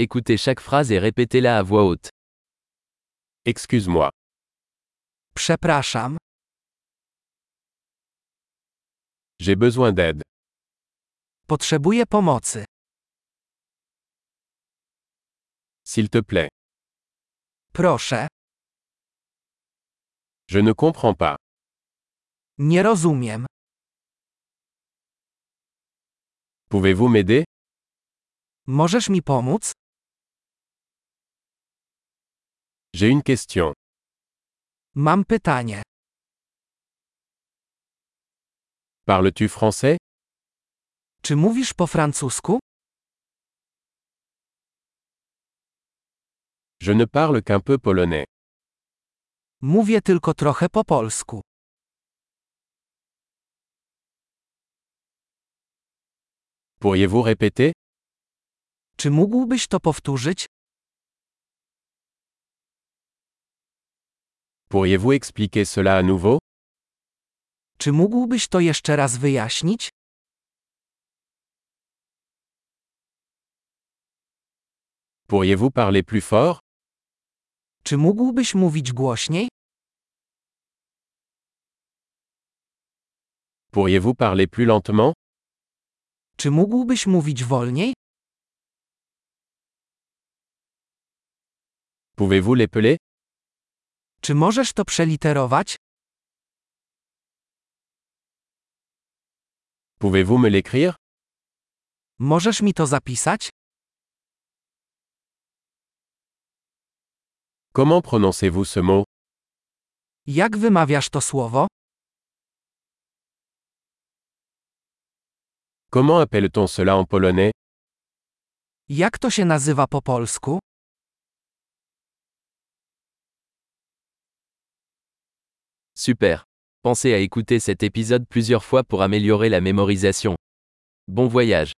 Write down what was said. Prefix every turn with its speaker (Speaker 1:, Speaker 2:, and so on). Speaker 1: Écoutez chaque phrase et répétez-la à voix haute.
Speaker 2: Excuse-moi.
Speaker 3: Przepraszam,
Speaker 2: J'ai besoin d'aide.
Speaker 3: potrzebuję pomocy.
Speaker 2: S'il te plaît.
Speaker 3: Proszę,
Speaker 2: Je ne comprends pas.
Speaker 3: nie rozumiem.
Speaker 2: Pouvez-vous m'aider
Speaker 3: Możesz mi pomóc?
Speaker 2: J'ai une question.
Speaker 3: Mam pytanie.
Speaker 2: Parles-tu français
Speaker 3: Czy mówisz po francusku?
Speaker 2: Je ne parle qu'un peu polonais.
Speaker 3: Mówię tylko trochę po polsku.
Speaker 2: Pourriez-vous répéter
Speaker 3: Czy mógłbyś to powtórzyć?
Speaker 2: Pourriez-vous expliquer cela à nouveau
Speaker 3: Czy mógłbyś to jeszcze raz wyjaśnić?
Speaker 2: Pourriez-vous parler plus fort
Speaker 3: Czy mógłbyś mówić głośniej?
Speaker 2: Pourriez-vous parler plus lentement
Speaker 3: Czy mógłbyś mówić wolniej?
Speaker 2: Pouvez-vous l'épeler
Speaker 3: Czy możesz to przeliterować?
Speaker 2: Pouvez-vous me l'écrire
Speaker 3: Możesz mi to zapisać?
Speaker 2: Comment prononcez-vous ce mot
Speaker 3: Jak wymawiasz to słowo?
Speaker 2: Comment appelle-t-on cela en polonais
Speaker 3: Jak to się nazywa po polsku?
Speaker 1: Super. Pensez à écouter cet épisode plusieurs fois pour améliorer la mémorisation. Bon voyage.